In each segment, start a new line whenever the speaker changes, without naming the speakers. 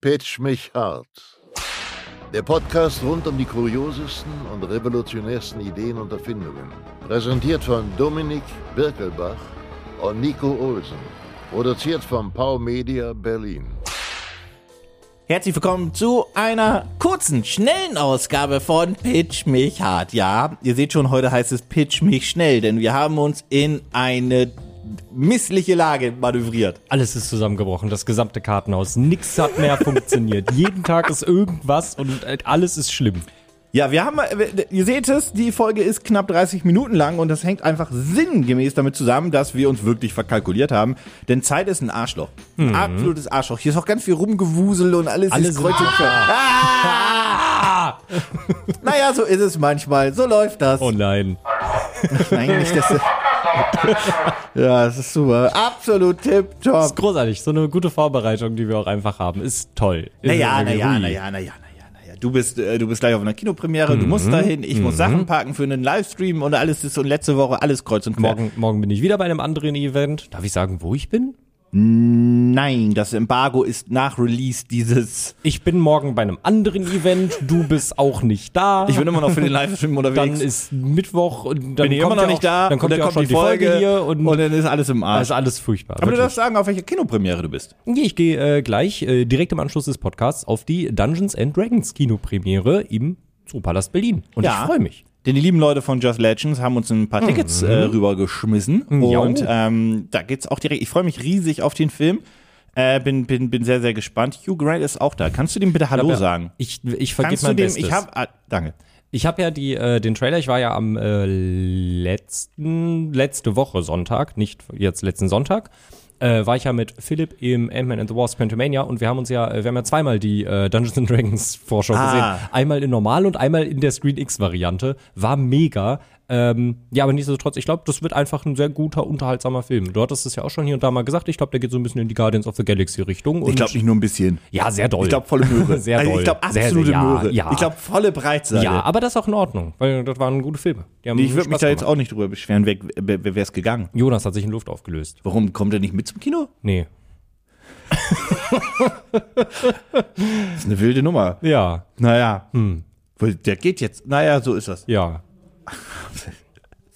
Pitch mich hart. Der Podcast rund um die kuriosesten und revolutionärsten Ideen und Erfindungen. Präsentiert von Dominik Birkelbach und Nico Olsen. Produziert von Pau Media Berlin.
Herzlich willkommen zu einer kurzen, schnellen Ausgabe von Pitch mich hart. Ja, ihr seht schon, heute heißt es Pitch mich schnell, denn wir haben uns in eine missliche Lage manövriert.
Alles ist zusammengebrochen, das gesamte Kartenhaus. Nix hat mehr funktioniert. Jeden Tag ist irgendwas und äh, alles ist schlimm.
Ja, wir haben, äh, ihr seht es, die Folge ist knapp 30 Minuten lang und das hängt einfach sinngemäß damit zusammen, dass wir uns wirklich verkalkuliert haben. Denn Zeit ist ein Arschloch. Ein absolutes Arschloch. Hier ist auch ganz viel rumgewusel und alles,
Mhm. Alles
ist kreuz und
ist-
quer. Ah! Naja, so ist es manchmal. So läuft das.
Oh nein.
Nein, nicht das. ja, das ist super. Absolut
Das ist
tipptopp.
großartig. So eine gute Vorbereitung, die wir auch einfach haben. Ist toll. Ist
Naja,
irgendwie-
naja,
hui.
naja, naja, naja, naja. Du bist, äh, du bist gleich auf einer Kinopremiere, du
Mhm.
musst dahin, ich muss Sachen parken für einen Livestream und alles ist und letzte Woche alles kreuz und quer.
Morgen, morgen bin ich wieder bei einem anderen Event. Darf ich sagen, wo ich bin?
Nein, das Embargo ist nach Release dieses.
Ich bin morgen bei einem anderen Event. Du bist auch nicht da.
Ich bin immer noch für den Livestream
dann
unterwegs.
ist Mittwoch und dann
bin ich
kommt
immer noch
ja
nicht
auch,
da.
Dann kommt,
und
ja auch schon die Folge, hier und,
dann ist alles im
da
Arsch.
ist alles furchtbar.
Aber du
wirklich.
darfst sagen, auf welche Kinopremiere du bist.
Nee, Ich gehe äh, gleich äh, direkt im Anschluss des Podcasts auf die Dungeons and Dragons Kinopremiere im Zoopalast Berlin. Und
Ja.
ich freue mich.
Denn die lieben Leute von Just Legends haben uns ein paar
Hm.
Tickets äh,
Mhm.
rübergeschmissen.
Ja.
Und ähm, da geht's auch direkt. Ich freue mich riesig auf den Film. Äh, bin, bin, bin sehr, sehr gespannt. Hugh Grant ist auch da. Kannst du dem bitte Hallo
Ja,
sagen?
Ich, ich vergib
Kannst du
mein
dem,
Bestes.
ich habe, ah, danke.
Ich habe ja die, äh, den Trailer, ich war ja am äh, letzten, letzte Woche Sonntag, nicht jetzt letzten Sonntag, äh, war ich ja mit Philipp im Ant-Man and the Wasp Pantomania und wir haben uns ja, äh, wir haben ja zweimal die äh, Dungeons and Dragons Vorschau
Ah.
gesehen. Einmal in normal und einmal in der Screen X Variante. War mega. Ähm, ja, aber nichtsdestotrotz, ich glaube, das wird einfach ein sehr guter, unterhaltsamer Film. Du hattest es ja auch schon hier und da mal gesagt. Ich glaube, der geht so ein bisschen in die Guardians of the Galaxy Richtung. Und
Ich glaube nicht nur ein bisschen.
Ja, sehr doll.
Ich glaube volle Möhre.
Sehr
also ich
doll.
glaube
Sehr, sehr,
absolute
ja,
Möhre.
ja.
Ich glaube volle Breitseite.
Ja, aber das ist auch in Ordnung, weil das waren gute Filme. Die haben
Ich würde mich
Spaß
da jetzt
gemacht.
auch nicht drüber beschweren, wer, wer, wer wär's gegangen?
Jonas hat sich in Luft aufgelöst.
Warum kommt er nicht mit zum Kino?
Nee.
Das ist eine wilde Nummer.
Ja,
Naja. Weil Der geht jetzt. Naja, so ist das.
ja.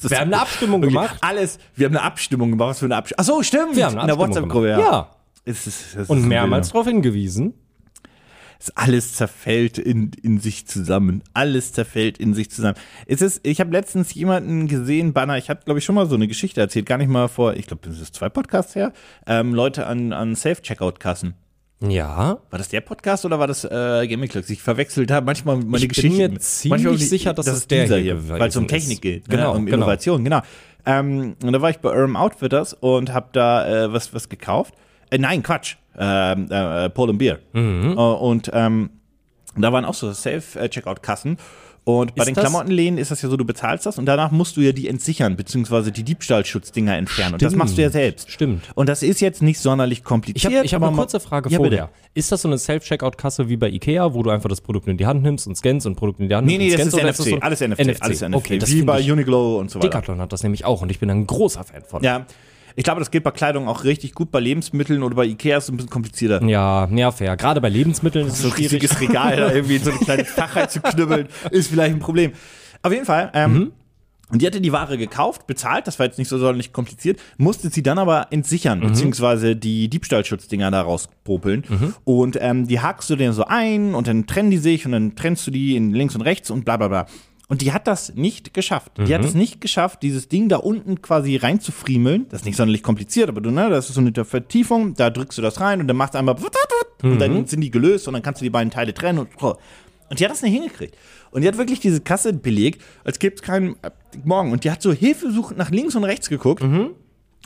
das
Wir haben eine Abstimmung gemacht.
Alles. Wir haben eine Abstimmung gemacht. Was für eine Abstimmung? Ach so, stimmt.
Wir haben
In
eine
der
Abstimmung
WhatsApp-Gruppe, ja.
gemacht. Ja.
Es ist, es
Und
ist
mehrmals darauf hingewiesen.
Es- alles zerfällt in, in sich zusammen. Alles zerfällt in sich zusammen. Es ist, ich habe letztens jemanden gesehen, Banner, ich habe, glaube ich, schon mal so eine Geschichte erzählt, gar nicht mal vor, ich glaube, das ist zwei Podcasts her, ähm, Leute an, an Safe-Checkout-Kassen.
Ja.
War das der Podcast oder war das äh, Gaming Clubs? Ich verwechselt habe manchmal meine
Ich bin
Geschichten.
mir ziemlich
Manchmal-
sicher, dass
das
es
ist
der
dieser
hier
hier,
gewesen
weil es um
ist.
Technik geht,
Genau,
ne? um
genau.
Innovation, genau. Ähm, und da war ich bei Urban Outfitters und habe da äh, was was gekauft. Äh, nein, Quatsch. Ähm, äh, Paul and Beer.
Mhm.
Äh, und ähm, da waren auch so Safe-Checkout-Kassen. Und bei
Ist
den
das-
Klamottenläden ist das ja so, du bezahlst das und danach musst du ja die entsichern, beziehungsweise die Diebstahlschutzdinger entfernen. Und das
Stimmt.
machst du ja selbst.
Stimmt.
Und das ist jetzt nicht sonderlich
Ich habe
kompliziert.
ich hab eine
aber ma-
kurze Frage
ja, bitte.
vorher. Ist das so eine Self-Checkout-Kasse wie bei Ikea, wo du einfach das Produkt in die Hand nimmst und scannst und Produkt in die Hand
Nee,
nimmst?
nee,
und
das ist
scannst, oder
NFC.
so ein-
alles NFC. Alles NFC.
Okay, das
Wie
finde
bei
ich.
Uniqlo und so weiter.
Decathlon hat das nämlich auch und ich bin ein großer Fan von.
Ja. Ich glaube, das geht bei Kleidung auch richtig gut. Bei Lebensmitteln oder bei Ikea ist es ein bisschen komplizierter.
Ja, ja, fair. Gerade bei Lebensmitteln ist es
So ein
Hm, schwierig.
riesiges Regal, da irgendwie in so ein kleines Fach rein zu knüppeln, ist vielleicht ein Problem. Auf jeden Fall. Ähm,
Mhm.
Und die hatte die Ware gekauft, bezahlt, das war jetzt nicht so sonderlich kompliziert, musste sie dann aber entsichern, beziehungsweise die Diebstahlschutzdinger da rauspopeln. Und ähm, die hakst du dir so ein und dann trennen die sich und dann trennst du die in links und rechts und bla bla bla. Und die hat das nicht geschafft. Die hat es nicht geschafft, dieses Ding da unten quasi reinzufriemeln. Das ist nicht sonderlich kompliziert, aber du, ne, das ist so eine Vertiefung, da drückst du das rein und dann machst du einmal und dann sind die gelöst und dann kannst du die beiden Teile trennen und und die hat das nicht hingekriegt. Und die hat wirklich diese Kasse belegt, als gäbe es keinen äh, Morgen. Und die hat so hilfesuchend nach links und rechts geguckt.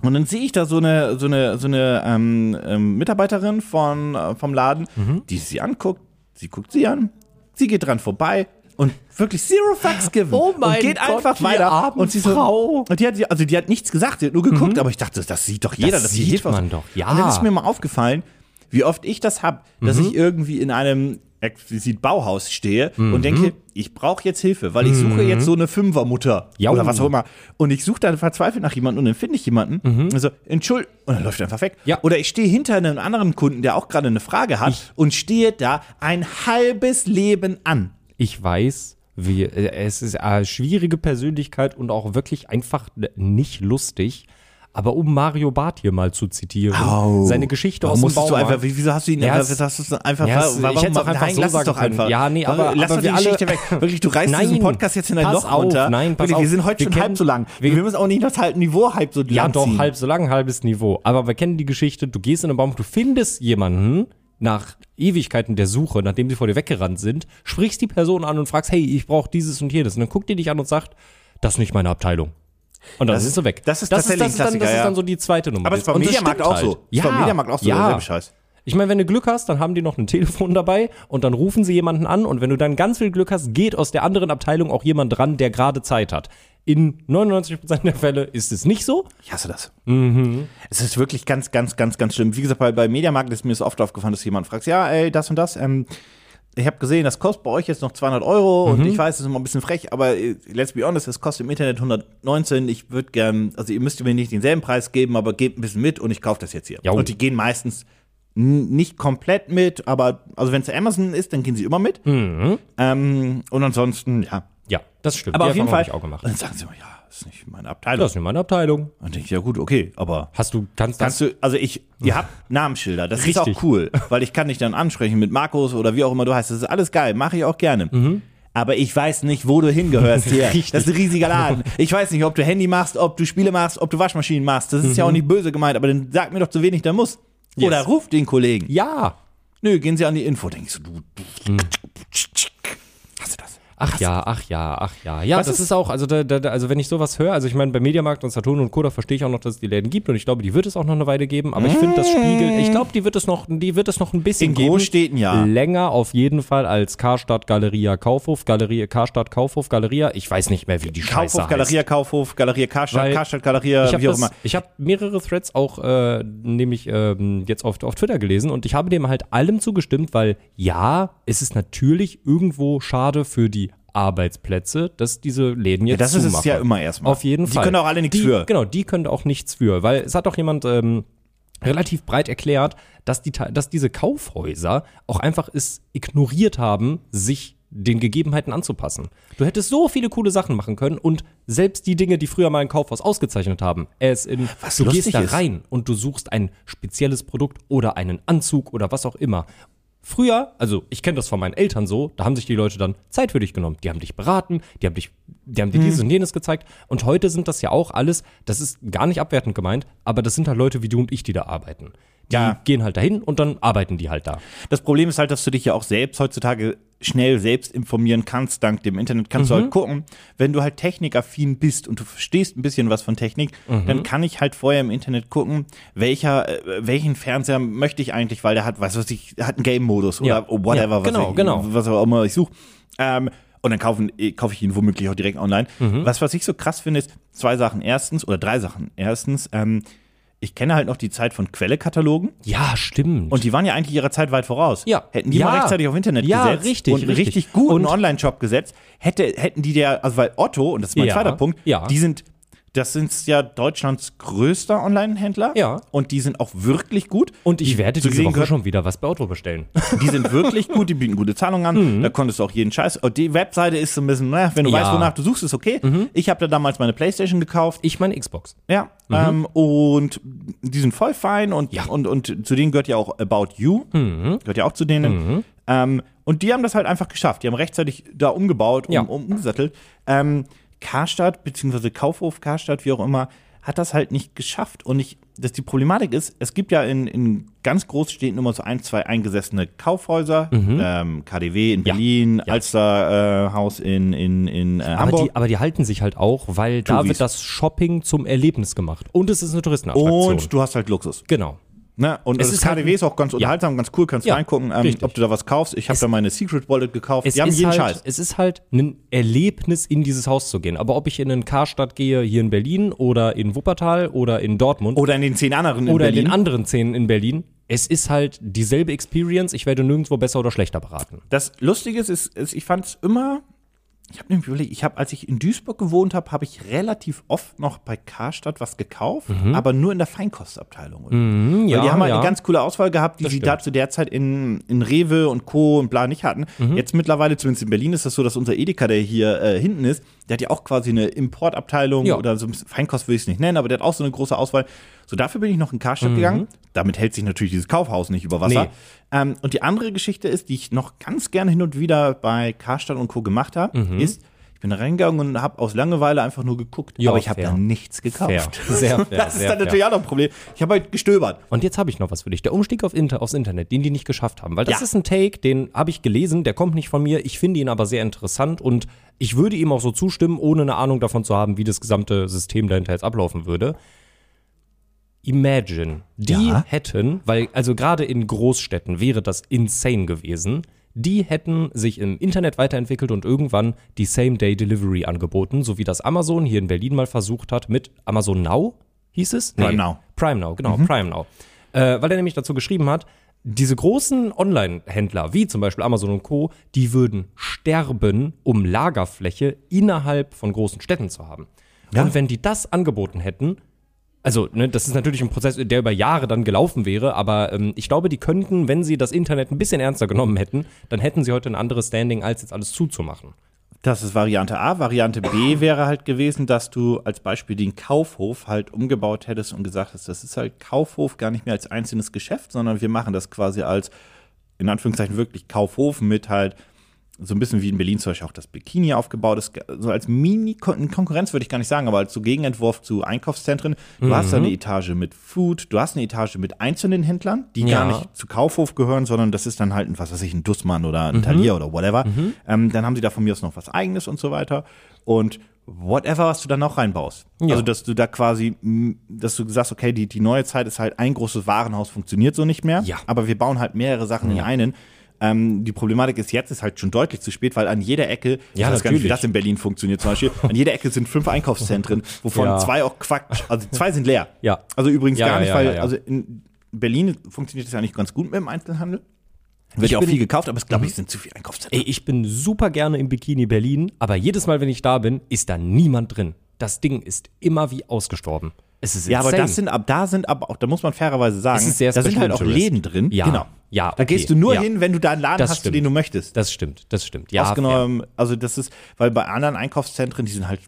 Und dann sehe ich da so eine, so eine, so eine ähm, ähm, Mitarbeiterin von, äh, vom Laden, die sie anguckt. Sie guckt sie an. Sie geht dran vorbei und wirklich zero fucks given.
Oh mein
und geht
Gott,
einfach
die
weiter.
armen
und sie so,
Frau. Mhm.
Und die hat, also die hat nichts gesagt, sie hat nur geguckt, aber ich dachte, das sieht doch jeder,
Das
dass sie
sieht
Hilfe aus-
man doch, ja.
Und dann ist mir mal aufgefallen, wie oft ich das hab, dass ich irgendwie in einem explizit Bauhaus stehe und denke, ich brauche jetzt Hilfe, weil ich suche jetzt so eine Fünfermutter
Jau.
oder was auch immer. Und ich suche dann verzweifelt nach jemandem und dann finde ich jemanden. Also, entschuld. Und dann läuft er einfach weg.
Ja.
Oder ich stehe hinter einem anderen Kunden, der auch gerade eine Frage hat und stehe da ein halbes Leben an.
Ich weiß, wie, äh, es ist eine schwierige Persönlichkeit und auch wirklich einfach n- nicht lustig. Aber um Mario Barth hier mal zu zitieren, seine Geschichte
Warum
aus dem
musstest du
Baumarkt.
einfach, wie- wieso hast du ihn
Ja,
einfach,
es-
wieso hast du es einfach,
Ja, es-
warum,
ich hätt's auch einfach
nein,
so
lass es
sagen
doch
können.
einfach.
Ja, nee,
Warum-
aber-
lass
aber
doch die
wir
Geschichte
alle-
weg. Wirklich, du reißt
Nein,
diesen Podcast jetzt in ein
pass
Loch
auf,
runter.
nein, pass
Wirklich, wir
auf.
sind heute
Wir
schon
kennen-
halb so lang. Wir,
wir-
müssen auch nicht das halb Niveau halb so
Ja,
lang
doch,
ziehen.
halb so lang, halbes Niveau. Aber wir kennen die Geschichte, du gehst in den Baum, du findest jemanden nach Ewigkeiten der Suche, nachdem sie vor dir weggerannt sind, sprichst die Person an und fragst, hey, ich brauche dieses und jenes. Und dann guckt die dich an und sagt, das ist nicht meine Abteilung. Und dann
Das-
sind sie weg.
das ist tatsächlich
das ist dann,
ein
Das
Klassiker,
ist
ja.
dann so die zweite Nummer.
Aber es ist beim
Und das
Mediamarkt
stimmt
auch so.
halt.
Ist
Ja,
beim Mediamarkt auch so
ja.
derselbe Scheiß.
Ich meine, wenn du Glück hast, dann haben die noch ein Telefon dabei und dann rufen sie jemanden an und wenn du dann ganz viel Glück hast, geht aus der anderen Abteilung auch jemand dran, der gerade Zeit hat. In 99% der Fälle ist es nicht so.
Ich hasse das.
Mhm.
Es ist wirklich ganz, ganz, ganz, ganz schlimm. Wie gesagt, bei, bei Mediamarkt ist mir das oft aufgefallen, dass jemand fragt, ja, ey, das und das, ähm, ich habe gesehen, das kostet bei euch jetzt noch 200 Euro
Mhm.
und ich weiß, das ist immer ein bisschen frech, aber äh, let's be honest, das kostet im Internet 119. Ich würde gern, also ihr müsst mir nicht denselben Preis geben, aber gebt ein bisschen mit und ich kaufe das jetzt hier.
Jo.
Und die gehen meistens n- nicht komplett mit, aber also wenn es Amazon ist, dann gehen sie immer mit. Ähm, und ansonsten, ja.
Ja, das stimmt.
Aber
Die
auf jeden
Erfahrung
Fall-
hab Mhm. ich auch gemacht.
Dann sagen sie immer, ja, das ist nicht meine Abteilung.
Das ist nicht meine Abteilung.
Und denke ich, ja gut, okay, aber
Hast du, kannst,
Kannst du, also ich, ihr habt Namensschilder, das ist auch
Richtig.
cool, weil ich kann dich dann ansprechen mit Markus oder wie auch immer du heißt, das ist alles geil, mache ich auch gerne. Aber ich weiß nicht, wo du hingehörst hier.
Mhm. Richtig.
Das ist ein riesiger Laden. Ich weiß nicht, ob du Handy machst, ob du Spiele machst, ob du Waschmaschinen machst. Das ist
Mhm.
ja auch nicht böse gemeint, aber dann sag mir doch, zu wenig da muss. Oder ruf den Kollegen.
Ja.
Nö, gehen sie an die Info. Denkst du, du, du
Mhm.
hast du das?
Ach ja, ach ja, ach ja. Ja,
Was
das
ist-
ist, auch, also, da, da, da- also wenn ich sowas höre, also ich meine, bei Mediamarkt und Saturn und Koda verstehe ich auch noch, dass es die Läden gibt und ich glaube, die wird es auch noch eine Weile geben, aber ich finde, das spiegelt, ich glaube, die wird es noch, die wird es noch ein bisschen
Äh. In
geben.
Großstädten ja.
Länger auf jeden Fall als Karstadt, Galeria, Kaufhof, Galerie, Karstadt, Kaufhof, Galeria. Ich weiß nicht mehr, wie die Scheiße
Kaufhof,
heißt.
Galeria, Kaufhof, Galeria Karstadt,
Weil
Karstadt, Galeria,
Ich habe
wie auch immer.
das- ich habe mehrere Threads auch äh, nämlich ähm, jetzt auf, auf Twitter gelesen und ich habe dem halt allem zugestimmt, weil ja, es ist natürlich irgendwo schade für die Arbeitsplätze, dass diese Läden jetzt
das ist es
zumachen.
ja immer erstmal.
Auf jeden
Die
Fall.
können auch alle nichts
Die-
für.
Genau, die können auch nichts für, weil es hat auch jemand ähm, relativ breit erklärt, dass, die, Te- dass diese Kaufhäuser auch einfach es ignoriert haben, sich den Gegebenheiten anzupassen. Du hättest so viele coole Sachen machen können und selbst die Dinge, die früher mal ein Kaufhaus ausgezeichnet haben, es in,
Was
du
lustig
gehst da
ist.
rein und du suchst ein spezielles Produkt oder einen Anzug oder was auch immer. Früher, also ich kenne das von meinen Eltern so, da haben sich die Leute dann Zeit für dich genommen. Die haben dich beraten, die haben, dich, die
Hm.
haben dir dieses und jenes gezeigt. Und heute sind das ja auch alles, das ist gar nicht abwertend gemeint, aber das sind halt Leute wie du und ich, die da arbeiten. Die
Ja.
gehen halt dahin und dann arbeiten die halt da.
Das Problem ist halt, dass du dich ja auch selbst heutzutage schnell selbst informieren kannst, dank dem Internet kannst
Mhm.
du halt gucken, wenn du halt technikaffin bist und du verstehst ein bisschen was von Technik,
Mhm.
dann kann ich halt vorher im Internet gucken, welcher, äh, welchen Fernseher möchte ich eigentlich, weil der hat, was weiß ich, hat einen Game-Modus oder
Ja.
whatever,
Ja, genau,
was, ich,
genau.
was auch immer ich suche. Ähm, und dann kaufen, äh, kaufe ich ihn womöglich auch direkt online.
Mhm.
Was, was ich so krass finde, ist zwei Sachen. Erstens, oder drei Sachen. Erstens, ähm, ich kenne halt noch die Zeit von Quellekatalogen.
Ja, stimmt.
Und die waren ja eigentlich ihrer Zeit weit voraus.
Ja.
Hätten die
Ja.
mal rechtzeitig auf Internet
Ja,
gesetzt
richtig,
und einen
richtig.
richtig guten
Und-
Online-Shop gesetzt, hätte, hätten die der, also weil Otto, und das ist mein
Ja,
zweiter Punkt,
ja.
die sind, das sind ja Deutschlands größter Online-Händler.
Ja.
Und die sind auch wirklich gut.
Und ich werde
zu
diese
denen
Woche
gehört-
schon wieder was bei Auto bestellen.
Die sind wirklich gut, die bieten gute Zahlungen an. Da konntest du auch jeden Scheiß. Und die Webseite ist so ein bisschen, naja, wenn du
Mhm. Ja. Mhm.
weißt, wonach du suchst, ist okay. Ich habe da damals meine Playstation gekauft.
Ich meine Xbox.
Ja, ähm, und die sind voll fein und,
Mhm. Ja. Mhm.
und, und zu denen gehört ja auch About You, gehört ja auch zu denen. Ähm, und die haben das halt einfach geschafft. Die haben rechtzeitig da umgebaut, um,
Ja.
um, umgesattelt. Ähm, Karstadt, beziehungsweise Kaufhof Karstadt, wie auch immer, hat das halt nicht geschafft. Und ich, dass die Problematik ist, es gibt ja in, in ganz Großstädten immer so ein, zwei eingesessene Kaufhäuser, ähm, KDW in
Mhm. Ja.
Berlin, Alsterhaus äh, Haus in, in, in äh,
Aber
Hamburg.
die, aber die halten sich halt auch, weil da
Touris.
wird das Shopping zum Erlebnis gemacht. Und es ist eine Touristenattraktion.
und du hast halt Luxus.
genau.
Ne? Und
Es
das
ist
KDW
halt-
ist auch ganz unterhaltsam, ganz cool, kannst
Ja,
reingucken, ähm,
richtig.
ob du da was kaufst. Ich habe da meine Secret Wallet gekauft.
Es,
Die haben
ist
jeden
halt,
Scheiß.
es ist halt ein Erlebnis, in dieses Haus zu gehen. Aber ob ich in einen Karstadt gehe, hier in Berlin oder in Wuppertal oder in Dortmund
Oder in den zehn anderen in
oder in
Berlin.
den anderen Szenen in Berlin, es ist halt dieselbe Experience, ich werde nirgendwo besser oder schlechter beraten.
Das Lustige ist, ist, ist ich fand es immer. Ich habe nämlich überlegt, ich habe, als ich in Duisburg gewohnt habe, habe ich relativ oft noch bei Karstadt was gekauft,
Mhm.
aber nur in der Feinkostabteilung. Und
ja,
Weil die haben halt
ja.
eine ganz coole Auswahl gehabt, die
Das
sie
stimmt.
da zu der Zeit in, in Rewe und Co. und bla nicht hatten.
Mhm.
Jetzt mittlerweile, zumindest in Berlin, ist das so, dass unser Edeka, der hier äh, hinten ist, der hat ja auch quasi eine Importabteilung
Ja.
oder so ein bisschen Feinkost will ich es nicht nennen, aber der hat auch so eine große Auswahl. So, dafür bin ich noch in Karstadt gegangen. Damit hält sich natürlich dieses Kaufhaus nicht über Wasser.
Mhm. Nee.
Ähm, und die andere Geschichte ist, die ich noch ganz gerne hin und wieder bei Karstadt und Co. gemacht habe,
Mhm.
ist, ich bin da reingegangen und habe aus Langeweile einfach nur geguckt,
Ja,
aber ich habe
fair.
da nichts gekauft.
Fair. Sehr fair,
das ist
sehr
dann
fair.
natürlich auch noch ein Problem. Ich habe halt gestöbert.
Und jetzt habe ich noch was für dich. Der Umstieg auf Inter aufs Internet, den die nicht geschafft haben. Weil das
Ja.
ist ein Take, den habe ich gelesen, der kommt nicht von mir. Ich finde ihn aber sehr interessant und ich würde ihm auch so zustimmen, ohne eine Ahnung davon zu haben, wie das gesamte System dahinter jetzt ablaufen würde. Imagine, die
Ja.
hätten, weil also gerade in Großstädten wäre das insane gewesen, die hätten sich im Internet weiterentwickelt und irgendwann die Same-Day-Delivery angeboten, so wie das Amazon hier in Berlin mal versucht hat mit Amazon Now, hieß es?
Prime Now. Mhm.
Prime Now, genau, Prime Now. Äh, weil er nämlich dazu geschrieben hat, diese großen Online-Händler, wie zum Beispiel Amazon und Co., die würden sterben, um Lagerfläche innerhalb von großen Städten zu haben.
Ja.
Und wenn die das angeboten hätten, also ne, das ist natürlich ein Prozess, der über Jahre dann gelaufen wäre, aber ähm, ich glaube, die könnten, wenn sie das Internet ein bisschen ernster genommen hätten, dann hätten sie heute ein anderes Standing, als jetzt alles zuzumachen.
Das ist Variante A. Variante B wäre halt gewesen, dass du als Beispiel den Kaufhof halt umgebaut hättest und gesagt hast, das ist halt Kaufhof gar nicht mehr als einzelnes Geschäft, sondern wir machen das quasi als, in Anführungszeichen wirklich Kaufhof mit halt so ein bisschen wie in Berlin zum Beispiel auch das Bikini aufgebaut ist. So als Mini-Konkurrenz würde ich gar nicht sagen, aber als so Gegenentwurf zu Einkaufszentren. Du hast da eine Etage mit Food, du hast eine Etage mit einzelnen Händlern, die
Ja.
gar nicht zu Kaufhof gehören, sondern das ist dann halt ein, was weiß ich, ein Dussmann oder
Mhm.
ein Talier oder whatever. Ähm, dann haben sie da von mir aus noch was eigenes und so weiter. Und whatever, was du dann noch reinbaust. Also, dass du da quasi, mh, dass du sagst, okay, die, die neue Zeit ist halt ein großes Warenhaus, funktioniert so nicht mehr.
Ja.
Aber wir bauen halt mehrere Sachen in einen. Ähm, die Problematik ist, jetzt ist halt schon deutlich zu spät, weil an jeder Ecke,
Ja,
ich weiß gar nicht,
natürlich.
wie das in Berlin funktioniert zum Beispiel, an jeder Ecke sind fünf Einkaufszentren, wovon
Ja.
zwei auch Quatsch, also zwei sind leer.
Ja.
Also übrigens
Ja,
gar
ja,
nicht,
ja,
weil,
ja, ja.
also in Berlin funktioniert das ja nicht ganz gut mit dem Einzelhandel.
Ich
Wird ja auch
bin-
viel gekauft, aber es glaube ich Mhm. sind zu viele Einkaufszentren.
Ey, ich bin super gerne im Bikini Berlin, aber jedes Mal, wenn ich da bin, ist da niemand drin. Das Ding ist immer wie ausgestorben. Es ist
Ja, aber
insane.
das sind ab, da sind aber auch, da muss man fairerweise sagen,
Es ist sehr
da sind
Special
halt auch
Interest.
Läden drin.
Ja.
Genau.
Ja,
Da
okay.
gehst du nur
Ja.
hin, wenn du da einen Laden
Das
hast,
stimmt.
den du möchtest.
Das stimmt, das stimmt. Ja, fair.
Ausgenommen, also das ist, weil bei anderen Einkaufszentren, die sind halt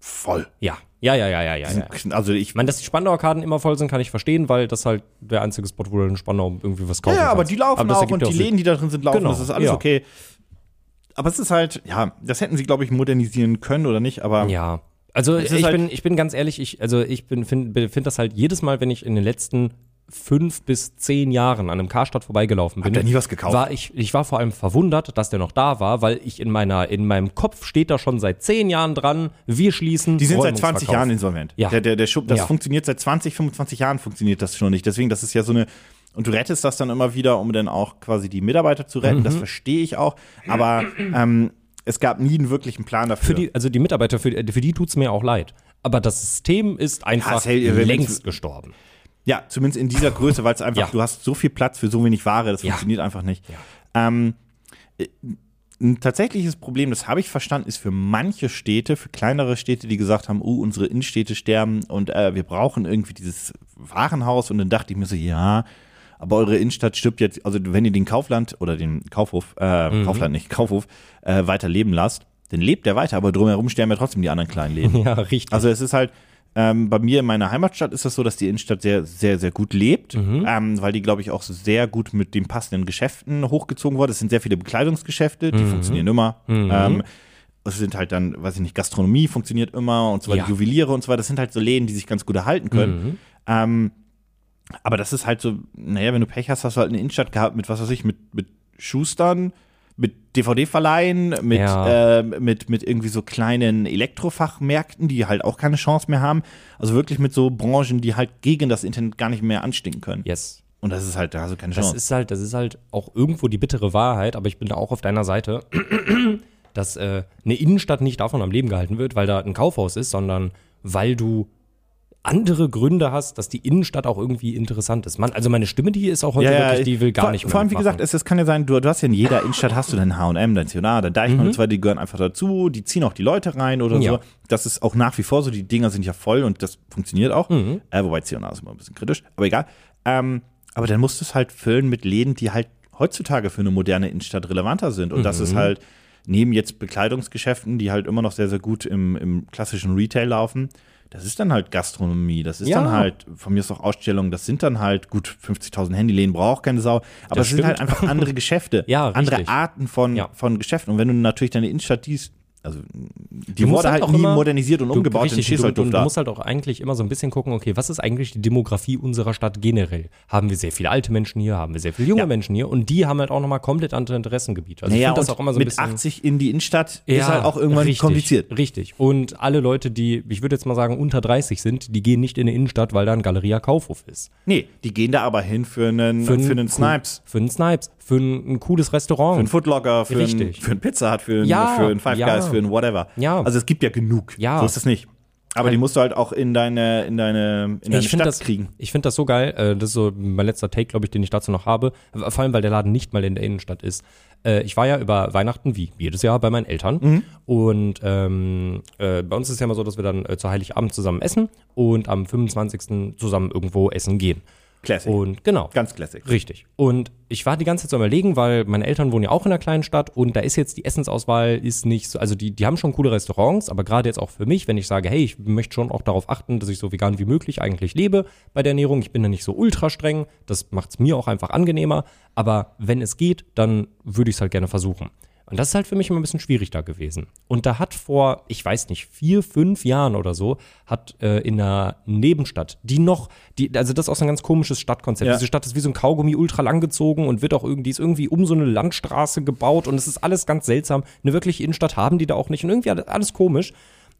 voll.
ja, ja, ja, ja, ja, ja. ja. Ich
Also ich
meine, dass die Spandauer Karten immer voll sind, kann ich verstehen, weil das halt der einzige Spot, wo du in Spandau irgendwie was kaufen
Ja, aber
kannst.
die laufen
das
auch
ergibt
und
ja
die
Sinn.
Läden, die da drin sind, laufen.
Genau,
das ist alles
ja.
okay. Aber es ist halt, ja, das hätten sie, glaube ich, modernisieren können oder nicht, aber
Ja. Also ich
ist halt-
bin, ich bin ganz ehrlich, ich, also ich bin finde find das halt jedes Mal, wenn ich in den letzten fünf bis zehn Jahren an einem Karstadt vorbeigelaufen bin.
ihr nie was gekauft?
War ich, ich war vor allem verwundert, dass der noch da war, weil ich in meiner, in meinem Kopf steht da schon seit zehn Jahren dran, wir schließen.
die sind seit
Räumungsverkauf.
20 Jahren insolvent.
Ja.
Der, der, der Schub, das
Ja.
funktioniert seit 20, 25 Jahren funktioniert das schon nicht. Deswegen, das ist ja so eine, und du rettest das dann immer wieder, um dann auch quasi die Mitarbeiter zu retten,
Mhm.
das verstehe ich auch, aber ähm, es gab nie einen wirklichen Plan dafür.
Für die, also die Mitarbeiter, für, die- für die tut's mir auch leid. Aber das System ist einfach
es hält ihr-
längst gestorben.
Ja, zumindest in dieser Größe, weil es einfach,
Ja.
du hast so viel Platz für so wenig Ware, das
Ja.
funktioniert einfach nicht. Ähm, äh, ein tatsächliches Problem, das habe ich verstanden, ist für manche Städte, für kleinere Städte, die gesagt haben, oh, unsere Innenstädte sterben und äh, wir brauchen irgendwie dieses Warenhaus. Und dann dachte ich mir so, ja, aber eure Innenstadt stirbt jetzt, also wenn ihr den Kaufland oder den Kaufhof, äh,
Mhm.
Kaufland nicht, Kaufhof, äh, weiter leben lasst, dann lebt der weiter, aber drumherum sterben ja trotzdem die anderen kleinen Läden.
Ja, richtig.
Also es ist halt, ähm, bei mir in meiner Heimatstadt ist das so, dass die Innenstadt sehr, sehr, sehr gut lebt,
Mhm.
ähm, weil die, glaube ich, auch sehr gut mit den passenden Geschäften hochgezogen wurde. Es sind sehr viele Bekleidungsgeschäfte,
Mhm.
die funktionieren immer. Ähm, es sind halt dann, weiß ich nicht, Gastronomie funktioniert immer und so weiter,
Ja. Mhm.
Juweliere und so weiter. Das sind halt so Läden, die sich ganz gut erhalten können. Ähm, aber das ist halt so, naja, wenn du Pech hast, hast du halt eine Innenstadt gehabt mit, was weiß ich, mit, mit Schustern, mit DVD-Verleihen, mit,
Ja.
ähm, mit, mit irgendwie so kleinen Elektrofachmärkten, die halt auch keine Chance mehr haben. Also wirklich mit so Branchen, die halt gegen das Internet gar nicht mehr anstinken können.
Yes.
Und das ist halt, da hast du keine
Das
Chance.
ist halt, das ist halt auch irgendwo die bittere Wahrheit, aber ich bin da auch auf deiner Seite, dass äh, eine Innenstadt nicht davon am Leben gehalten wird, weil da ein Kaufhaus ist, sondern weil du andere Gründe hast, dass die Innenstadt auch irgendwie interessant ist. Mann, also meine Stimme, die ist auch heute wirklich, die will gar
vor,
nicht mehr.
Vor allem, wie
mitmachen.
gesagt, es, es kann ja sein, du, du hast ja in jeder Innenstadt hast du dein H&M, dein Tionar, dein Deichmann und so weiter, die gehören einfach dazu, die ziehen auch die Leute rein oder
Mhm. Ja.
so. Das ist auch nach wie vor so, die Dinger sind ja voll und das funktioniert auch.
Mhm.
Äh, wobei Cionar ist immer ein bisschen kritisch, aber egal. Ähm, aber dann musst du es halt füllen mit Läden, die halt heutzutage für eine moderne Innenstadt relevanter sind. Und das ist
Mhm.
halt neben jetzt Bekleidungsgeschäften, die halt immer noch sehr, sehr gut im, im klassischen Retail laufen, das ist dann halt Gastronomie, das ist
Ja.
dann halt, von mir ist auch Ausstellungen, das sind dann halt gut 50.000 Handyläden, braucht keine Sau, aber
Das
es sind halt
stimmt.
einfach andere Geschäfte,
Ja,
andere
richtig.
Arten von,
Ja.
von Geschäften. Und wenn du natürlich deine Innenstadt dies, also die
musst
wurde
halt
halt,
auch
nie
immer-
modernisiert und
Du-
umgebaut,
richtig,
dann stehst
du,
du halt
du,
doof
du
da.
musst halt auch eigentlich immer so ein bisschen gucken, okay, was ist eigentlich die Demografie unserer Stadt generell? Haben wir sehr viele alte Menschen hier, haben wir sehr viele junge
Ja.
Menschen hier und die haben halt auch nochmal komplett andere Interessengebiete. Also
naja,
ich finde das
und
auch immer so ein
mit
bisschen
80 in die Innenstadt ist halt auch irgendwann
richtig,
kompliziert.
Richtig. Und alle Leute, die, ich würde jetzt mal sagen, unter 30 sind, die gehen nicht in die Innenstadt, weil da ein Galeria Kaufhof ist.
Nee, die gehen da aber hin für einen, für,
ein
einen
cool-
Snipes,
Für einen Snipes. Für ein, ein cooles
für einen
Restaurant.
Footlocker, für einen,
Richtig.
für einen Pizza Hut, für einen,
Ja,
für einen Five
ja.
Guys, für einen whatever.
Ja.
Also es gibt ja genug.
Ja.
So ist es nicht. Aber die musst du halt auch in deine, in deine, in deine
ich finde
Stadt
das,
kriegen.
ich find das so geil. äh, Das ist so mein letzter Take, glaube ich, den ich dazu noch habe. Vor allem, weil der Laden nicht mal in der Innenstadt ist. Äh, Ich war ja über Weihnachten, wie jedes Jahr, bei meinen Eltern.
Mhm.
Und ähm, äh, bei uns ist es ja immer so, dass wir dann äh, zu Heiligabend zusammen essen und am 25. zusammen irgendwo essen gehen.
Classic.
Und genau.
Ganz classic.
Richtig. Und ich war die ganze Zeit so am überlegen, weil meine Eltern wohnen ja auch in einer kleinen Stadt und da ist jetzt die Essensauswahl ist nicht so, also die, die haben schon coole Restaurants, aber gerade jetzt auch für mich, wenn ich sage, hey, ich möchte schon auch darauf achten, dass ich so vegan wie möglich eigentlich lebe bei der Ernährung. Ich bin da nicht so ultra streng, das macht es mir auch einfach angenehmer, aber wenn es geht, dann würde ich es halt gerne versuchen. Und das ist halt für mich immer ein bisschen schwierig da gewesen. Und da hat vor, ich weiß nicht, vier, fünf Jahren oder so, hat äh, in einer Nebenstadt, die noch, die, also das ist auch so ein ganz komisches Stadtkonzept.
Ja.
Diese Stadt ist wie so ein Kaugummi ultra lang gezogen und wird auch irgendwie, ist irgendwie um so eine Landstraße gebaut und es ist alles ganz seltsam. Eine wirkliche Innenstadt haben die da auch nicht und irgendwie alles, alles komisch.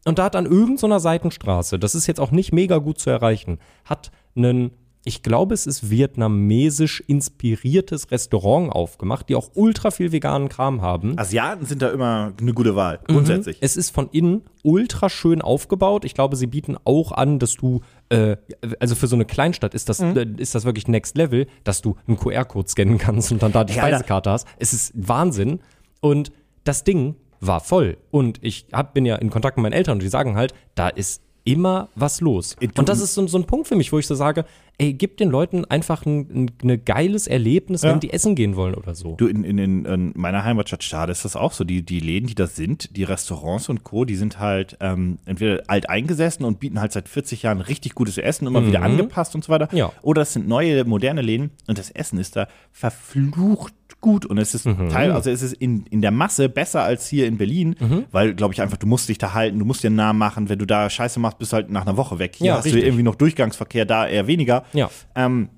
Und da hat an irgendeiner Seitenstraße, das ist jetzt auch nicht mega gut zu erreichen, hat einen, ich glaube, es ist vietnamesisch inspiriertes Restaurant aufgemacht, die auch ultra viel veganen Kram haben.
Asiaten sind da immer eine gute Wahl, grundsätzlich.
Es ist von innen ultra schön aufgebaut. Ich glaube, sie bieten auch an, dass du, äh, also für so eine Kleinstadt ist
Mhm.
das, äh, ist das wirklich Next Level, dass du einen QR-Code scannen kannst und dann da die
Alter.
Speisekarte hast. Es ist Wahnsinn. Und das Ding war voll. Und ich hab, bin ja in Kontakt mit meinen Eltern und die sagen halt, da ist immer was los.
Äh,
Und das ist so, so ein Punkt für mich, wo ich so sage, ey, gib den Leuten einfach ein, ein, ein geiles Erlebnis, wenn die essen gehen wollen oder so.
Du, in, in, in, in meiner Heimatstadt Stade ist das auch so. Die, die Läden, die das sind, die Restaurants und Co., die sind halt ähm, entweder alt eingesessen und bieten halt seit 40 Jahren richtig gutes Essen, immer wieder angepasst und so weiter.
Mhm. Ja.
Oder es sind neue, moderne Läden und das Essen ist da verflucht gut. Und es ist
Mhm.
teil, also es ist in, in der Masse besser als hier in Berlin,
Mhm.
weil, glaube ich, einfach, du musst dich da halten, du musst dir einen Namen machen. Wenn du da Scheiße machst, bist du halt nach einer Woche weg. Hier
Ja,
hast du
richtig.
irgendwie noch Durchgangsverkehr, da eher weniger.
Ja.
Ähm,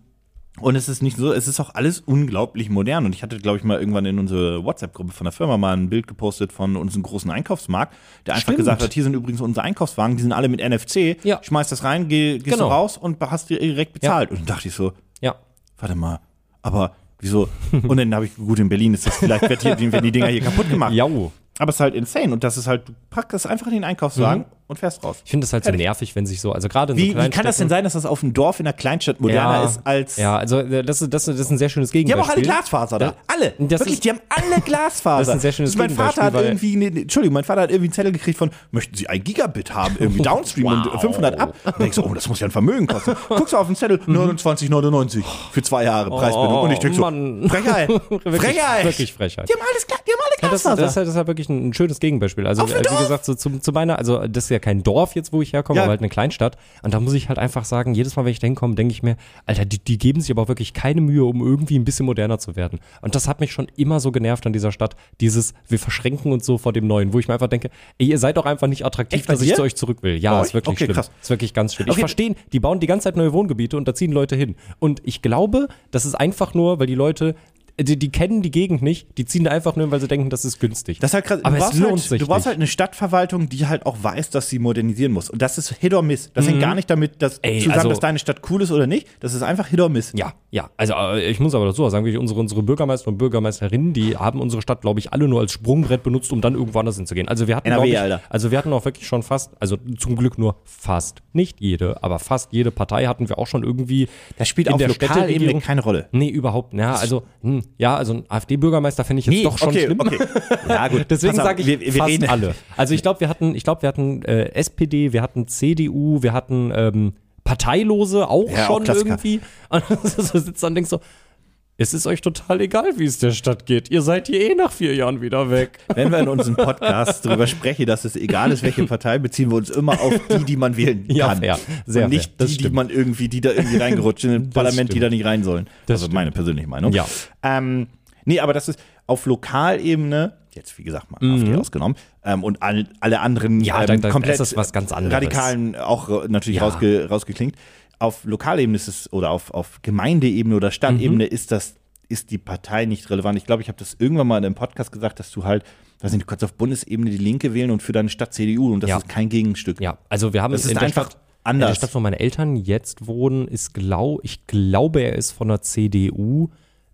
und es ist nicht so, es ist auch alles unglaublich modern. Und ich hatte, glaube ich, mal irgendwann in unsere WhatsApp-Gruppe von der Firma mal ein Bild gepostet von unserem großen Einkaufsmarkt, der einfach
Stimmt.
gesagt hat, hier sind übrigens unsere Einkaufswagen, die sind alle mit NFC,
Ja.
schmeiß das rein, geh, gehst
Genau.
du raus und hast dir direkt bezahlt. Und dann dachte ich so,
Ja.
warte mal, aber wieso? Und dann habe ich, gut, in Berlin ist das, vielleicht wird hier, werden die Dinger hier kaputt gemacht.
Jau.
Aber es ist halt insane. Und das ist halt, du packst es einfach in den Einkaufswagen und fährst raus.
Ich finde das halt Mhm. so nervig, wenn sich so, also gerade in so
Wie, wie kann
Kleinstädten-
das denn sein, dass das auf dem Dorf in der Kleinstadt moderner ist als
Ja, also äh, das ist, das ist das ist ein sehr schönes Gegenbeispiel.
Die haben auch alle Glasfaser da.
Ja.
Alle.
Das
Wirklich,
ist-
die haben alle Glasfaser.
Das ist ein sehr schönes
Mein Vater hat
Gegenbeispiel, weil-
irgendwie, eine, Entschuldigung, mein Vater hat irgendwie einen Zettel gekriegt von, möchten Sie ein Gigabit haben, irgendwie Downstream und 500 ab. Und denkst du, oh, das muss ja ein Vermögen kosten. Guckst du auf den Zettel, 29,99 für zwei Jahre Preisbindung. und ich denk so,
Oh, Mann.
Frechheit. Frechheit.
wirklich Frechheit.
Die haben alles, Gla- die haben alle
Ja, das, das,
Glasfaser.
ist halt, das ist halt wirklich ein, ein schönes Gegenbeispiel. Also,
Auf ein
äh, wie
Dorf.
gesagt, so zum, zu meiner, also das ist ja kein Dorf jetzt, wo ich herkomme,
Ja.
aber halt eine Kleinstadt. Und da muss ich halt einfach sagen, jedes Mal, wenn ich da hinkomme, denke ich mir, Alter, die, die geben sich aber auch wirklich keine Mühe, um irgendwie ein bisschen moderner zu werden. Und das hat mich schon immer so genervt an dieser Stadt, dieses, wir verschränken uns so vor dem Neuen, wo ich mir einfach denke, ey, ihr seid doch einfach nicht attraktiv,
Echt, bei
dass ich
dir?
zu euch zurück will. Ja,
Bei
ist
euch?
wirklich
Okay,
schlimm.
krass.
Ist wirklich ganz schlimm. Ich
Okay.
verstehe, die bauen die ganze Zeit neue Wohngebiete und da ziehen Leute hin. Und ich glaube, das ist einfach nur, weil die Leute die, die kennen die Gegend nicht, die ziehen da einfach nur hin, weil sie denken, das ist günstig.
Das ist halt krass. du
Aber es
brauchst
lohnt
halt,
sich
Du brauchst
nicht.
halt eine Stadtverwaltung, die halt auch weiß, dass sie modernisieren muss. Und das ist Hit or Miss. Das hängt gar nicht damit dass,
Mhm. Ey,
zusammen,
also-
dass deine Stadt cool ist oder nicht. Das ist einfach Hit or Miss.
ja, ja. Also äh, ich muss aber dazu auch sagen, wirklich, unsere, unsere Bürgermeister und Bürgermeisterinnen, die haben unsere Stadt, glaube ich, alle nur als Sprungbrett benutzt, um dann irgendwo anders hinzugehen. Also wir hatten,
NRW,
glaub ich,
Alter.
also wir hatten auch wirklich schon fast, also zum Glück nur fast, nicht jede, aber fast jede Partei hatten wir auch schon irgendwie.
Das spielt
in
auf
der
Lokalebene
Städteregierung-
keine Rolle.
Nee, überhaupt. Ja, also, hm, ja, also ein AfD-Bürgermeister finde ich jetzt doch schon
okay,
schlimm.
okay. Ja, gut.
Deswegen
Pass auf,
sage ich,
wir, wir
fast
reden
alle. Also ich glaube, wir hatten, ich glaube, wir hatten äh, SPD, wir hatten CDU, wir hatten ähm, Parteilose auch
Ja, auch
schon
Klassiker.
irgendwie. Und so sitzt dann und denkst so, es ist euch total egal, wie es der Stadt geht. Ihr seid hier eh nach vier Jahren wieder weg.
Wenn wir in unserem Podcast darüber sprechen, dass es egal ist, welche Partei, beziehen wir uns immer auf die, die man wählen kann.
Ja, fair. Sehr
Und
fair.
nicht
Das
die, die
stimmt.
man irgendwie, die da irgendwie reingerutscht sind, in ein Parlament, die
stimmt.
da nicht rein sollen. Das also
stimmt.
meine persönliche Meinung.
Ja.
Ähm, nee, aber das ist auf Lokalebene, jetzt wie gesagt mal AfD ausgenommen, ähm, und all, alle anderen
Mhm. Ja,
ähm,
da- da
komplett
ist das was ganz anderes.
radikalen auch äh, natürlich
Ja.
rausge, rausgeklingt. Auf Lokalebene ist es, oder auf, auf Gemeindeebene oder Stadtebene
Mhm.
ist das, ist die Partei nicht relevant. Ich glaube, ich habe das irgendwann mal in einem Podcast gesagt, dass du halt, weiß nicht, du kannst auf Bundesebene die Linke wählen und für deine Stadt CDU und das
Ja.
ist kein Gegenstück.
Ja, also wir haben
Das
es
ist einfach
Stadt,
anders.
In der Stadt, wo meine Eltern jetzt wohnen, ist glau, ich glaube, er ist von der CDU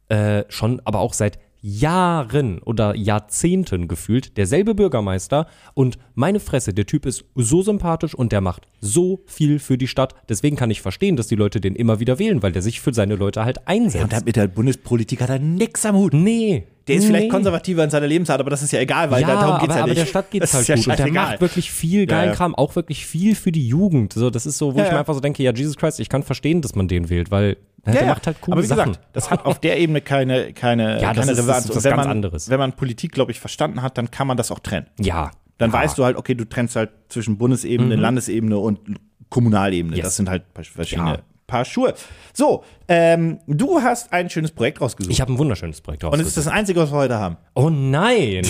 äh, schon, aber auch seit Jahren oder Jahrzehnten gefühlt derselbe Bürgermeister und meine Fresse, der Typ ist so sympathisch und der macht so viel für die Stadt. Deswegen kann ich verstehen, dass die Leute den immer wieder wählen, weil der sich für seine Leute halt einsetzt.
Und hat mit der Bundespolitik hat er nix am Hut.
nee.
Der ist vielleicht
nee.
konservativer in seiner Lebensart, aber das ist ja egal, weil
ja,
da- darum geht's
aber,
ja
aber
nicht.
der Stadt geht's
Das
halt
ist ja
gut. Und der
scheißegal.
macht wirklich viel
Ja,
geilen
ja.
Kram, auch wirklich viel für die Jugend. So, das ist so, wo
Ja,
ich
ja.
mir einfach so denke, ja, Jesus Christ, ich kann verstehen, dass man den wählt, weil äh, der macht halt coole
Aber wie
Sachen.
gesagt, das hat auf der Ebene keine, keine,
Ja, das
keine
ist- das
Relevanz.
ist
Und
was
wenn
ganz
man,
anderes.
Wenn man Politik, glaube ich, verstanden hat, dann kann man das auch trennen.
ja.
Dann
ja.
weißt du halt, okay, du trennst halt zwischen Bundesebene, Landesebene und Kommunalebene.
Mhm. Yes.
Das sind halt verschiedene
Ja.
Paar Schuhe. So, ähm, du hast ein schönes Projekt rausgesucht.
Ich habe ein wunderschönes Projekt
und es ist
rausgesucht.
das Einzige, was wir heute haben.
Oh nein!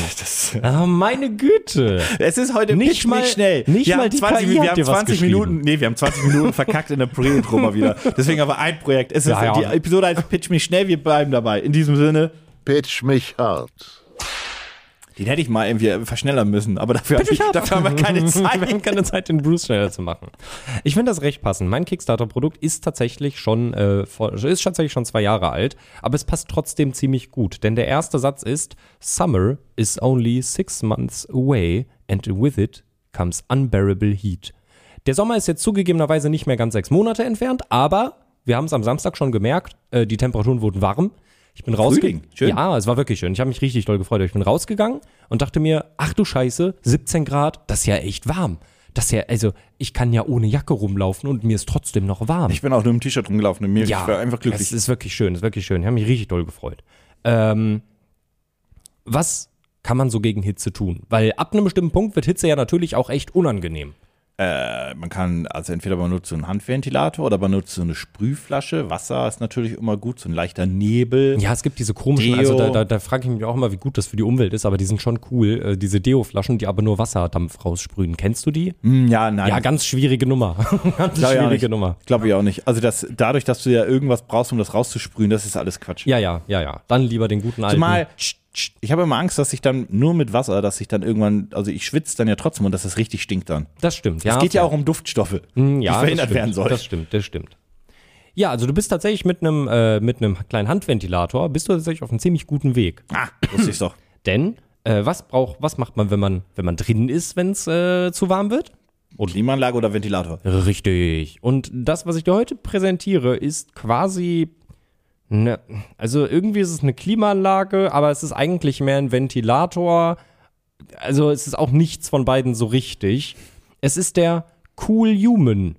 Ah, meine Güte!
Es ist heute
Nicht
nicht,
mal-
nicht schnell.
nicht
wir
mal
haben
die
20,
KI
wir
hat
haben
dir was
20
geschrieben.
Minuten, nee, wir haben 20 Minuten verkackt in der Pre-Intro mal wieder. Deswegen aber ein Projekt. Es ist
Ja, ja.
die Episode heißt Pitch mich schnell, wir bleiben dabei. In diesem Sinne,
Pitch mich hart.
den hätte ich mal irgendwie verschnellern müssen, aber dafür, hab ich,
hart.
dafür haben wir keine
Wir haben
Zeit.
keine Zeit, den Bruce schneller zu machen. Ich finde das recht passend. Mein Kickstarter-Produkt ist tatsächlich schon äh, vor, ist tatsächlich schon zwei Jahre alt, aber es passt trotzdem ziemlich gut, denn der erste Satz ist: Summer is only six months away, and with it comes unbearable heat. Der Sommer ist jetzt zugegebenerweise nicht mehr ganz sechs Monate entfernt, aber wir haben es am Samstag schon gemerkt, äh, die Temperaturen wurden warm. Ich bin raus.
Frühling, schön.
Ja, Ah, es war wirklich schön. Ich habe mich richtig doll gefreut. Ich bin rausgegangen und dachte mir, ach du Scheiße, 17 Grad, das ist ja echt warm. Das ist ja, also ich kann ja ohne Jacke rumlaufen und mir ist trotzdem noch warm.
Ich bin auch nur im T-Shirt rumgelaufen und mir
ja,
ich war einfach
Es
glücklich.
ist wirklich schön, es ist wirklich schön. Ich habe mich richtig doll gefreut. Ähm, was kann man so gegen Hitze tun? Weil ab einem bestimmten Punkt wird Hitze ja natürlich auch echt unangenehm.
Äh, Man kann, also entweder man nutzt so einen Handventilator oder man nutzt so eine Sprühflasche. Wasser ist natürlich immer gut, so ein leichter Nebel.
Ja, es gibt diese komischen, also
Deo.
da, da, da frage ich mich auch immer, wie gut das für die Umwelt ist, aber die sind schon cool. Äh, diese Deo-Flaschen, die aber nur Wasserdampf raussprühen. Kennst du die?
Hm, ja nein.
Ja, ganz schwierige Nummer.
Glaub
ganz
ich auch
schwierige
nicht.
Nummer.
Glaube ich auch nicht. Also das, dadurch, dass du ja irgendwas brauchst, um das rauszusprühen, das ist alles Quatsch. Also
Ja, ja, ja, ja. Dann lieber den guten alten.
Zumal, ich habe immer Angst, dass ich dann nur mit Wasser, dass ich dann irgendwann, also ich schwitze dann ja trotzdem und dass es richtig stinkt dann.
das stimmt, ja.
Es geht ja auch um Duftstoffe,
Hm, ja,
die verhindert
das stimmt,
werden sollen.
Das stimmt, das stimmt. Ja, also du bist tatsächlich mit einem äh, mit einem kleinen Handventilator bist du tatsächlich auf einem ziemlich guten Weg,
Ah, wusste ich doch.
denn äh, was braucht was macht man, wenn man wenn man drin ist, wenn es äh, zu warm wird?
Und Klimaanlage oder Ventilator?
Richtig. Und das, was ich dir heute präsentiere, ist quasi. Ne, also irgendwie ist es eine Klimaanlage, aber es ist eigentlich mehr ein Ventilator. Also es ist auch nichts von beiden so richtig. Es ist der Cool Human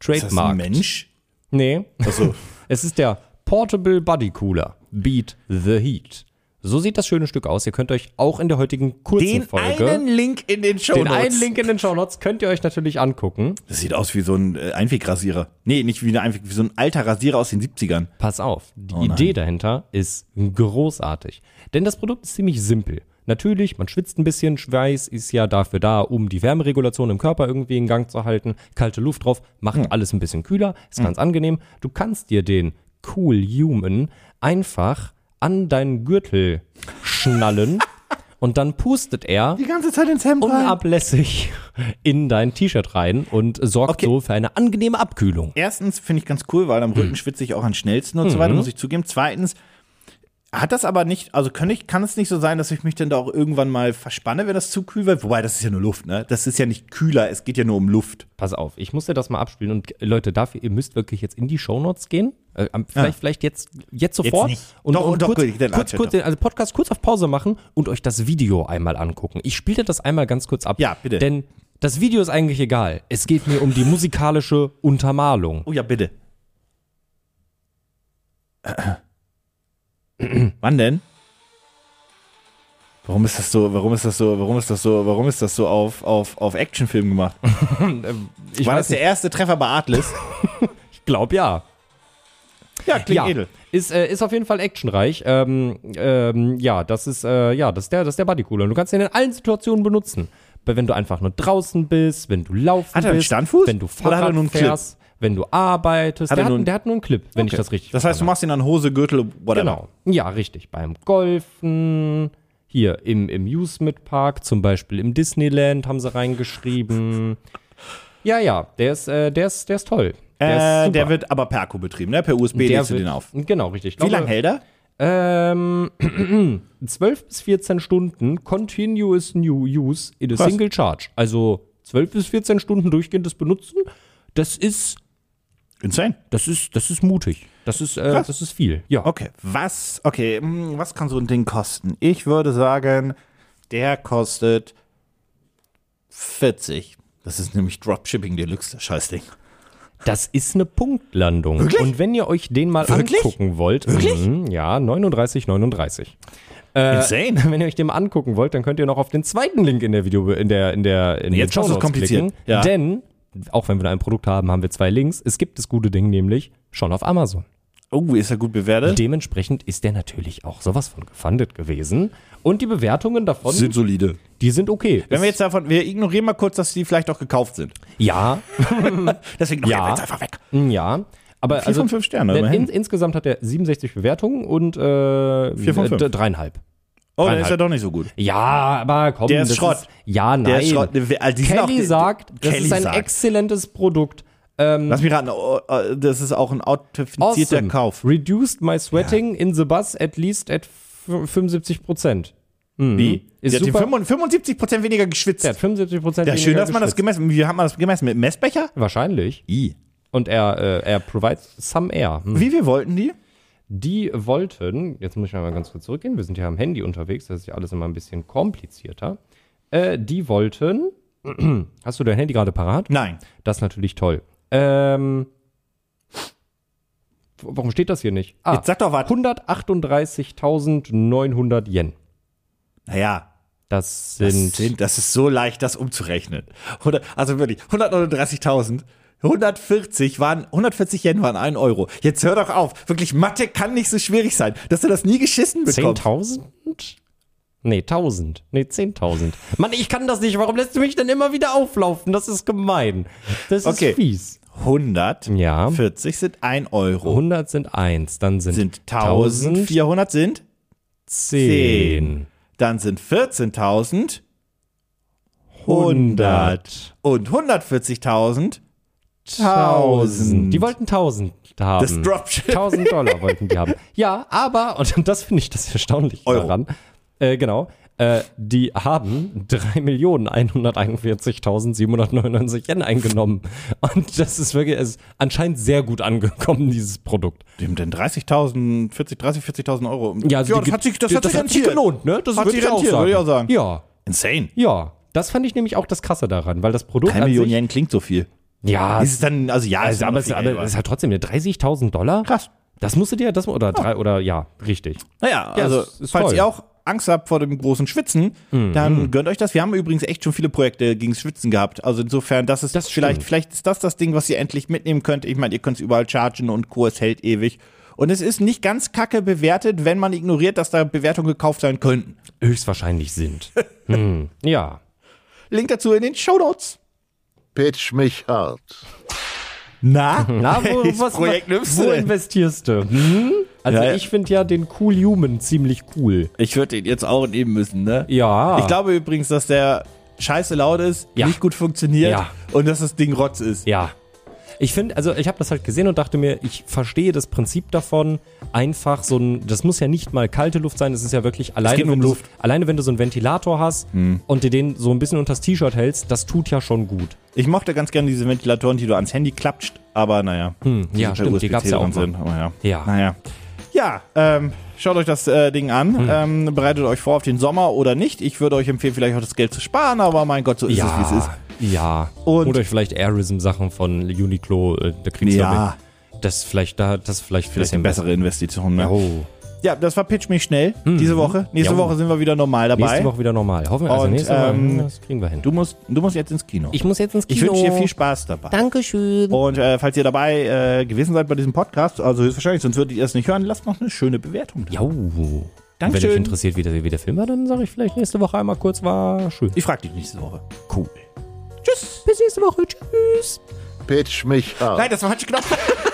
Trademark.
Ist das ein Mensch?
Nee.
Achso.
Es ist der Portable Body Cooler. Beat the Heat. So sieht das schöne Stück aus. Ihr könnt euch auch in der heutigen kurzen
Den
Folge.
einen Link in den Show
den
Notes.
einen Link in den Show Notes könnt ihr euch natürlich angucken.
Das sieht aus wie so ein äh, Einwegrasierer. Nee, nicht wie, eine Einweg, wie so ein alter Rasierer aus den 70ern.
Pass auf, die
Oh nein.
Idee dahinter ist großartig. Denn das Produkt ist ziemlich simpel. Natürlich, man schwitzt ein bisschen, Schweiß ist ja dafür da, um die Wärmeregulation im Körper irgendwie in Gang zu halten. Kalte Luft drauf, macht
Hm.
alles ein bisschen kühler, ist ganz angenehm. Du kannst dir den Cool Human einfach an deinen Gürtel schnallen und dann pustet er
Die ganze Zeit ins Hemd rein.
unablässig in dein T-Shirt rein und sorgt
Okay.
so für eine angenehme Abkühlung.
Erstens finde ich ganz cool, weil am Rücken schwitze ich auch am schnellsten und so weiter, muss ich zugeben. Zweitens hat das aber nicht, also kann, ich, kann es nicht so sein, dass ich mich dann da auch irgendwann mal verspanne, wenn das zu kühl wird. Wobei, das ist ja nur Luft, ne? Das ist ja nicht kühler, es geht ja nur um Luft.
Pass auf, ich muss dir das mal abspielen und äh, Leute, dafür, ihr müsst wirklich jetzt in die Shownotes gehen. Äh, am- vielleicht, vielleicht jetzt, jetzt sofort.
Ah. nicht.
Und,
Doch,
und
doch,
kurz,
gut, dann
kurz,
latscht
kurz
doch.
den, also Podcast kurz auf Pause machen und euch das Video einmal angucken. Ich spiele dir das einmal ganz kurz ab.
Ja, bitte.
Denn das Video ist eigentlich egal. Es geht mir um die musikalische Untermalung.
Oh ja, bitte. Wann denn? Warum ist das so, warum ist das so, warum ist das so, warum ist das so auf, auf, auf Actionfilm gemacht?
Ich
War
weiß
das der
nicht,
erste Treffer bei Atlas?
ich glaube ja.
ja, klingt
ja,
edel.
Ist, äh, ist auf jeden Fall actionreich. Ähm, ähm, ja, das ist, äh, ja, das ist der, das ist der Buddy Cooler. Und du kannst ihn in allen Situationen benutzen. Weil Wenn du einfach nur draußen bist, wenn du laufen
Hat er einen
bist,
Standfuß?
wenn du
Oder hat er
Fahrrad
nur einen Clip?
fährst, wenn du arbeitest.
Hat
der,
er
hat,
nur einen-
der hat nur einen Clip, wenn ich
Okay.
das richtig
Das heißt, du
verstanden
machst ihn an Hose, Gürtel, whatever.
habe. Genau. Ja, richtig. Beim Golfen, hier im Amusement Park, zum Beispiel im Disneyland haben sie reingeschrieben. Ja, ja, der ist, äh, der ist, der ist toll. Der ist
Äh,
super.
der wird aber per Akku betrieben, ne? Per USB
Der
legst du
wird-
den auf.
Genau, richtig. Ich
Wie
glaube,
lange hält er?
Ähm, 12 bis 14 Stunden continuous new use in a
Krass.
single charge. Also 12 bis 14 Stunden durchgehendes Benutzen, das ist,
Insane.
das ist, das ist mutig. Das ist, äh, das ist viel. Ja.
Okay, was, okay, hm, was kann so ein Ding kosten? Ich würde sagen, der kostet 40. Das ist nämlich Dropshipping Deluxe, das Scheißding.
Das ist eine Punktlandung.
Wirklich?
Und wenn ihr euch den mal
Wirklich?
angucken wollt, Mhm, ja, 39, 39. Äh,
Insane.
Wenn ihr euch den mal angucken wollt, dann könnt ihr noch auf den zweiten Link in der Video, in der, in der, in
Jetzt machst du's
den Shownotes
kompliziert.
klicken.
Ja.
Denn, auch wenn wir nur ein Produkt haben, haben wir zwei Links. Es gibt das gute Ding nämlich schon auf Amazon.
Oh, ist er gut bewertet?
Dementsprechend ist der natürlich auch sowas von gefundet gewesen. Und die Bewertungen davon,
solide.
die sind okay.
Wenn wir jetzt davon, wir ignorieren mal kurz, dass die vielleicht auch gekauft sind.
ja,
Deswegen
Ja.
ignorieren wir jetzt einfach weg.
mm, ja. Aber
Vier
also,
von fünf Sterne,
der-
immerhin.
in, insgesamt hat er 67 Bewertungen und äh,
Vier von
äh,
fünf.
d- dreieinhalb.
Oh, dann
Dreieinhalb.
ist er doch nicht so gut.
Ja, aber komm.
Der ist
das
Schrott.
Ist, ja, nein.
Der ist Schrott. Ne, also die sind
Kelly
auch-
sagt, das
Kelly
ist ein
sagt.
exzellentes Produkt. Ähm,
Lass mich raten, oh, oh, das ist auch ein autifizierter Kauf.
Reduced my sweating in the bus at least at f- 75 Prozent.
Wie?
Mhm. Ist
der hat die
super.
75% weniger geschwitzt.
Der hat 75 Prozent.
Ja, schön, dass man das gemessen Wie hat man das gemessen? Mit einem Messbecher?
Wahrscheinlich.
I.
Und er, äh, er provides some air. Hm.
Wie wir wollten die?
Die wollten, jetzt muss ich mal ganz kurz zurückgehen, wir sind ja am Handy unterwegs, das ist ja alles immer ein bisschen komplizierter. Äh, die wollten, hast du dein Handy gerade parat?
Nein.
Das ist natürlich toll. Ähm, w- warum steht das hier nicht? Ah,
Jetzt sag doch was.
138.900 Yen.
Naja,
Das
das,
sind,
sind, das ist so leicht, das umzurechnen. 100, also wirklich, 139.000. 140 waren, 140 Yen waren 1 Euro. Jetzt hör doch auf. Wirklich, Mathe kann nicht so schwierig sein, dass du das nie geschissen bekommst.
10.000? Nee, 1000. Nee, 10.000. Mann, ich kann das nicht. Warum lässt du mich denn immer wieder auflaufen? Das ist gemein. Das
Okay.
ist fies.
140
Ja.
sind 1 Euro.
100 sind 1, dann sind,
Sind 1400 sind
10.
Dann sind 14.000
100.
und 140.000
1000. Die wollten 1000 haben.
Das Dropshipping.
1000 Dollar wollten die haben. Ja, aber, und das finde ich das erstaunlich
Euro.
daran, äh, genau, äh, die haben 3.141.799 Yen eingenommen. Und das ist wirklich, es ist anscheinend sehr gut angekommen, dieses Produkt.
Die haben denn 30.000, 40, 30, 40.000 Euro.
also die-
das hat sich, das
die-
hat sich rentiert.
gelohnt, ne? Das
Hat
würde
sich
ich, auch
rentiert,
sagen.
würde ich auch sagen.
Ja,
Insane.
ja. Das fand ich nämlich auch das Krasse daran, weil das Produkt
3
an
Millionen
sich,
Yen klingt so viel.
ja,
Ist es dann, also ja,
also,
ist
aber
es
es aber es ist halt trotzdem eine 30.000 Dollar.
krass. Oh.
Das musst du dir, das, oder drei, oder ja, richtig.
Naja,
Ja,
also,
es ist Mhm.
falls
voll.
ihr auch Angst habt vor dem großen Schwitzen, dann gönnt euch das. Wir haben übrigens echt schon viele Projekte gegen Schwitzen gehabt. Also insofern, das ist
Das
vielleicht,
stimmt.
vielleicht ist das das Ding, was ihr endlich mitnehmen könnt. Ich meine, ihr könnt es überall chargen und Co. Es hält ewig. Und es ist nicht ganz kacke bewertet, wenn man ignoriert, dass da Bewertungen gekauft sein könnten.
Höchstwahrscheinlich sind. hm, ja.
Link dazu in den Shownotes.
Pitch mich hart.
Na,
Na, wo, was,
Projekt nimmst du
wo
denn?
investierst du? Hm? Also
Ja, ja.
ich finde ja den Cool Human ziemlich cool.
Ich würde den jetzt auch nehmen müssen, ne?
Ja.
Ich glaube übrigens, dass der scheiße laut ist,
Ah. Ja.
nicht gut funktioniert
Ja.
und dass das Ding Rotz ist.
Ja. Ich finde, also ich habe das halt gesehen und dachte mir, ich verstehe das Prinzip davon, einfach so ein, das muss ja nicht mal kalte Luft sein, das ist ja wirklich alleine,
geht um
wenn, du, so-
Luft. Mhm.
alleine wenn du so einen Ventilator hast und dir den so ein bisschen unters T-Shirt hältst, das tut ja schon gut.
Ich mochte ganz gerne diese Ventilatoren, die du ans Handy klatscht, aber naja. Die
Hm, ja,
sind
stimmt, die
USB-C
gab's ja
dran
auch mal.
sind, aber ja.
Ja.
Naja. Ja, ähm, schaut euch das äh, Ding an.
Hm.
Ähm, bereitet euch vor auf den Sommer oder nicht. Ich würde euch empfehlen, vielleicht auch das Geld zu sparen, aber mein Gott, so ist es, wie es ist.
Ja.
Und-
Oder vielleicht Airism-Sachen von Uniqlo, äh, da kriegst du
Ja.
aber- das vielleicht da, das vielleicht,
Vielleicht eine bessere Investition. Ne?
Oh.
Ja, das war Pitch mich schnell diese Woche. Nächste
Hm. Ja.
Woche sind wir wieder normal dabei.
Nächste Woche wieder normal. Hoffen wir, also
Und,
nächste Woche,
ähm,
das kriegen wir hin.
Du musst, du musst jetzt ins Kino.
ich muss jetzt ins
Ich
Kino.
wünsche dir viel Spaß dabei.
Dankeschön.
Und äh, falls ihr dabei äh, gewesen seid bei diesem Podcast, also höchstwahrscheinlich, sonst würdet ihr es nicht hören, lasst noch eine schöne Bewertung da.
Ja. Wenn
Dankeschön.
euch interessiert, wie der, wie der Film war, dann sage ich vielleicht nächste Woche einmal kurz, war schön.
Ich frage dich nächste Woche.
Cool. Tschüss. Bis nächste Woche. Tschüss.
Pitch mich ab.
Nein, das war falsch genau. gedacht.